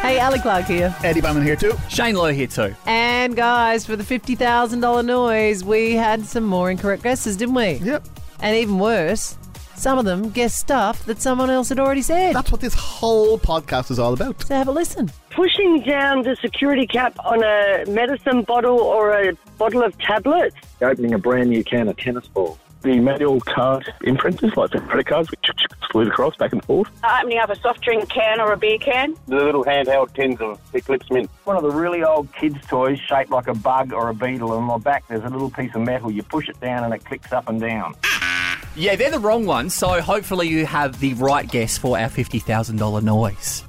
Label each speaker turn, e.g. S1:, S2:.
S1: Hey, Ali Clark here.
S2: Eddie Bauman here too.
S3: Shane Lowe here too.
S1: And guys, for the $50,000 noise, we had some more incorrect guesses, didn't we?
S2: Yep.
S1: And even worse, some of them guessed stuff that someone else had already said.
S2: That's what this whole podcast is all about.
S1: So have a listen.
S4: pushing down the security cap on a medicine bottle or a bottle of tablets.
S5: opening a brand new can of tennis balls.
S6: the manual card inferences, like the credit cards, which slid across back and forth.
S7: opening up a soft drink can or a beer can.
S8: the little handheld tins of Eclipse Mint. One of the really old kids' toys shaped like a bug or a beetle, and on the back there's a little piece of metal. You push it down and it clicks up and down.
S3: Yeah, they're the wrong ones, so hopefully you have the right guess for our $50,000 noise.